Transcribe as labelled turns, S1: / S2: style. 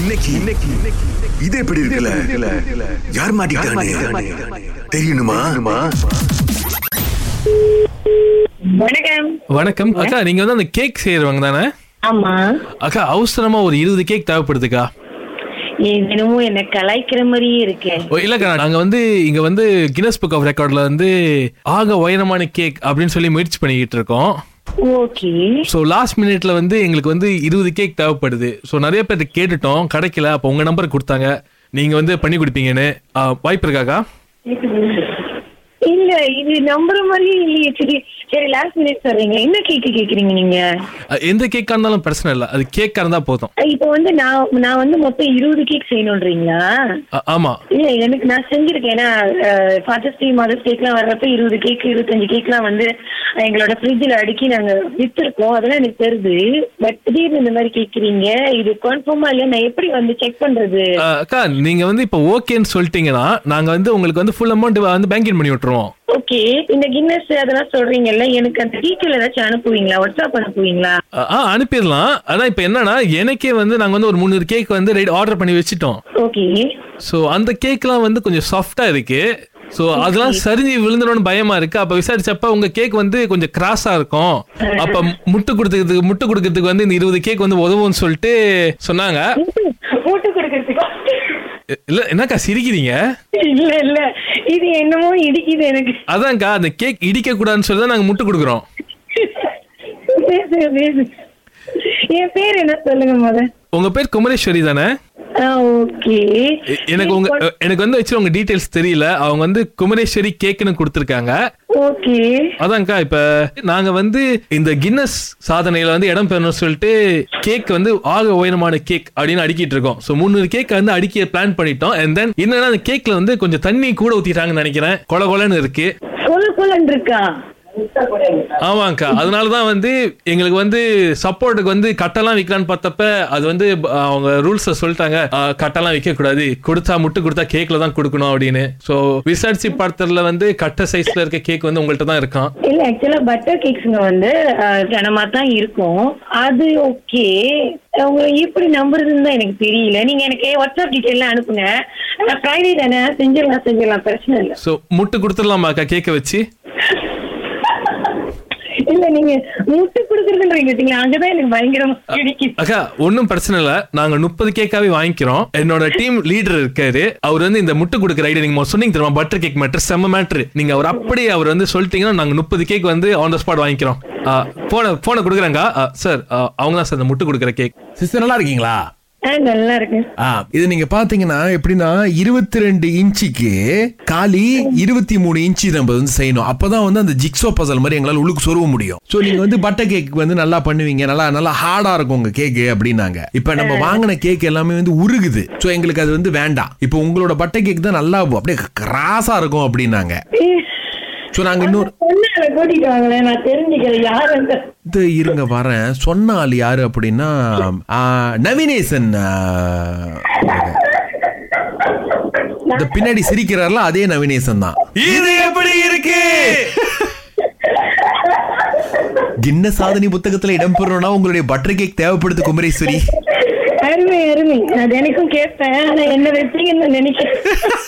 S1: இன்னைக்கு இன்னைக்கு இன்னைக்கு- இது எப்படி இருக்குல்ல யார் மாட்டிக்கிட்டானே தெரியணுமா
S2: வணக்கம்
S3: வணக்கம் அக்கா நீங்க வந்து அந்த கேக் செய்யறவங்க தானே
S2: ஆமா
S3: அக்கா அவசரமா ஒரு இருபது கேக் தேவைப்படுதுக்கா
S2: இது என்னமோ என்ன கலாய்க்கிற மாதிரியே இருக்கு
S3: ஓ, இல்லக்கா நாங்க வந்து இங்க வந்து கின்னஸ் புக் ஆஃப் ரெக்கார்ட்ல வந்து ஆக உயரமான கேக் அப்படின்னு சொல்லி முயற்சி பண்ணிக்கிட்டு இருக்கோம்
S2: ஓகே
S3: ஸோ லாஸ்ட் மினிட்ல வந்து எங்களுக்கு வந்து இருபது கேக் தேவைப்படுது ஸோ நிறைய பேர்ட்ட கேட்டுட்டோம் கிடைக்கல அப்போ உங்க நம்பர் கொடுத்தாங்க நீங்க வந்து பண்ணி கொடுப்பீங்கன்னு ஆ, வாய்ப்பு இருக்காக்கா
S2: இல்ல இது நம்புற மாதிரியே இல்லையே சரி சரி லாஸ்ட் மினிட் சொல்றீங்க என்ன கேக்கு கேக்குறீங்க நீங்க
S3: அ, எந்த கேக்கா இருந்தாலும் பிரச்சனை இல்லை அது கேக்கா இருந்தா போதும்
S2: இப்போ வந்து நான் நான் வந்து மொத்தம் இருபது கேக் செய்யணும்ன்றீங்களா
S3: அ, ஆமா
S2: இல்ல எனக்கு நான் செஞ்சிருக்கேன் ஏன்னா ஃபாதர்ஸ் டே மதர்ஸ் டேக்லாம் வர்றப்ப இருபது கேக் இருபத்தஞ்சு கேக்லாம் வந்து அஹ், எங்களோட ஃப்ரிட்ஜில் அடுக்கி நாங்க வித்திருக்கோம் அதெல்லாம் எனக்கு தெரியுது பட் திடீர்னு இந்த மாதிரி கேக்குறீங்க இது கன்ஃபார்மா இல்ல நான் எப்படி வந்து செக் பண்றது
S3: அ, அக்கா நீங்க வந்து இப்போ ஓகேன்னு சொல்லிட்டீங்கன்னா நாங்க வந்து உங்களுக்கு வந்து ஃபுல் அமௌண்ட் வந்து பேங்கிங் பண்ணி விட்டுருவோம்
S2: ஓகே இந்த கின்னஸ் அதெல்லாம் சொல்றீங்கல்ல எனக்கு அந்த டீட்டெயில் ஏதாச்சும் அனுப்புவீங்களா வாட்ஸ்அப் அனுப்புவீங்களா
S3: அ, ஆ அனுப்பிடலாம் ஆனா இப்போ என்னன்னா எனக்கே வந்து நாங்க வந்து ஒரு முந்நூறு கேக் வந்து ரெடி ஆர்டர் பண்ணி வச்சுட்டோம்
S2: ஓகே
S3: ஸோ அந்த கேக்லாம் வந்து கொஞ்சம் சாஃப்டா இருக்கு ஸோ அதெல்லாம் சரிஞ்சு விழுந்துடும் பயமா இருக்கு அப்ப விசாரிச்சப்ப உங்க கேக் வந்து கொஞ்சம் கிராஸா இருக்கும் அப்ப முட்டு கொடுத்துக்கிறதுக்கு முட்டு கொடுக்கறதுக்கு வந்து இந்த இருபது கேக் வந்து உதவும்னு சொல்லிட்டு சொன்னாங்க
S2: போட்டு கொடுக்கறதுக்கு
S3: இ- இல்ல என்னக்கா சிரிக்கிறீங்க
S2: இல்ல இல்ல இது என்னமோ இடிக்குது எனக்கு
S3: அதான்க்கா அந்த கேக் இடிக்க கூடாதுன்னு சொல்லி தான் நாங்க முட்டு கொடுக்குறோம்
S2: பேசுங்க பேசு என் பேர் என்ன சொல்லுங்க முத
S3: உங்க பேர் குமரேஸ்வரி தானே
S2: ஓகே
S3: எ- எனக்கு உங்க எனக்கு வந்து வச்சு உங்க டீடைல்ஸ் தெரியல அவங்க வந்து குமரேஸ்வரி கேக்குன்னு கொடுத்துருக்காங்க
S2: ஓகே
S3: அதான்க்கா இப்ப நாங்க வந்து இந்த கின்னஸ் சாதனையில வந்து இடம் பெறணும்னு சொல்லிட்டு கேக் வந்து ஆக உயரமான கேக் அப்படின்னு அடிக்கிட்டு இருக்கோம் ஸோ முந்நூறு கேக் வந்து அடிக்க பிளான் பண்ணிட்டோம் அண்ட் தென் என்னன்னா அந்த கேக்ல வந்து கொஞ்சம் தண்ணி கூட ஊத்திட்டாங்கன்னு நினைக்கிறேன் கொல கொலன்னு இருக்கு
S2: கொல கொலன் இருக்கா
S3: ஆமாங்க்கா அதனால தான் வந்து எங்களுக்கு வந்து சப்போர்ட்டுக்கு வந்து கட்டெல்லாம் விற்கலான்னு பார்த்தப்ப அது வந்து ப- அவங்க ரூல்ஸில் சொல்லிட்டாங்க ஆ, கட்டெல்லாம் விற்கக்கூடாது கொடுத்தா முட்டு கொடுத்தா கேக்கில் தான் கொடுக்கணும் அப்படின்னு ஸோ விசாரிச்சு படத்தில் வந்து கட்ட சைஸில் இருக்க கேக் வந்து உங்கள்கிட்ட தான் இருக்கான்
S2: இல்ல ஆக்சுவலா பட்டர் கேக்ஸ்ங்க வந்து அஹ், கனமா தான் இருக்கும் அது ஓகே உங்க எப்படி நம்புறதுன்னு தான் எனக்கு தெரியல நீங்க எனக்கு வாட்ஸ்அப் டீட்டெயிலாம் அனுப்புங்க ஃப்ரைடே தானே செஞ்சிடலாம் செஞ்சிடலாம் பிரச்சனை இல்லை
S3: ஸோ முட்டு கொடுத்துடலாமாக்கா கேக்கை வச்சு
S2: இல்ல நீங்க முட்டு கொடுக்குறதுன்றீங்க பார்த்தீங்களா அங்கதான் எனக்கு பயங்கரமா பிடிக்குது
S3: அக்கா ஒன்றும் பிரச்சனை இல்லை நாங்கள் முப்பது கேக்காவே வாங்கிக்கிறோம் என்னோட டீம் லீடர் இருக்காரு அவர் வந்து இந்த முட்டு கொடுக்குற ஐடியா நீங்கள் சொன்னீங்க தெரியுமா பட்டர் கேக் மேட்ரு செம்ம மேட்ரு நீங்கள் அவர் அப்படியே அவர் வந்து சொல்லிட்டீங்கன்னா நாங்கள் முப்பது கேக் வந்து ஆன் த ஸ்பாட் வாங்கிக்கிறோம் போனை போனை கொடுக்குறாங்க சார் அவங்க தான் சார் இந்த முட்டு கொடுக்குற கேக்
S4: சிஸ்டர் நல்லா இருக்கீங்களா
S2: ஆ, நல்லா இருக்கு
S4: ஆ இது நீங்க பாத்தீங்கன்னா எப்படின்னா இருபத்தி ரெண்டு இன்ச்சுக்கு காலி இருபத்தி மூணு இன்ச்சு நம்ம வந்து செய்யணும் அப்பதான் வந்து அந்த ஜிக்ஸோ பசல் மாதிரி எங்களால் உள்ளுக்கு சொருவ முடியும் சோ நீங்க வந்து பட்டர் கேக் வந்து நல்லா பண்ணுவீங்க நல்லா நல்லா ஹார்டா இருக்கும் உங்க கேக் அப்படின்னாங்க இப்ப நம்ம வாங்கின கேக் எல்லாமே வந்து உருகுது சோ எங்களுக்கு அது வந்து வேண்டாம் இப்போ உங்களோட பட்டர் கேக் தான் நல்லா அப்படியே கிராஸா இருக்கும் அப்படின்னாங்க சோ நாங்க இன்னொரு
S2: பொண்ணால கூட்டிட்டு வாங்களேன் நான் தெரிஞ்சுக்கிறேன் யார் அந்த
S4: இது இருங்க வரேன் சொன்ன ஆள் யாரு அப்படின்னா ஆ, நவீனேசன் ஆ, இந்த பின்னாடி சிரிக்கிறார்ல அதே நவீனேசன் தான்
S3: இது எப்படி இருக்கு
S4: கின்ன சாதனை புத்தகத்துல இடம்பெறணும்னா உங்களுடைய பட்டர் கேக் தேவைப்படுது குமரேஸ்வரி
S2: அருமை அருமை அது எனக்கும் கேட்பேன் ஆனா என்ன வச்சீங்கன்னு நான் நினைக்கிறேன்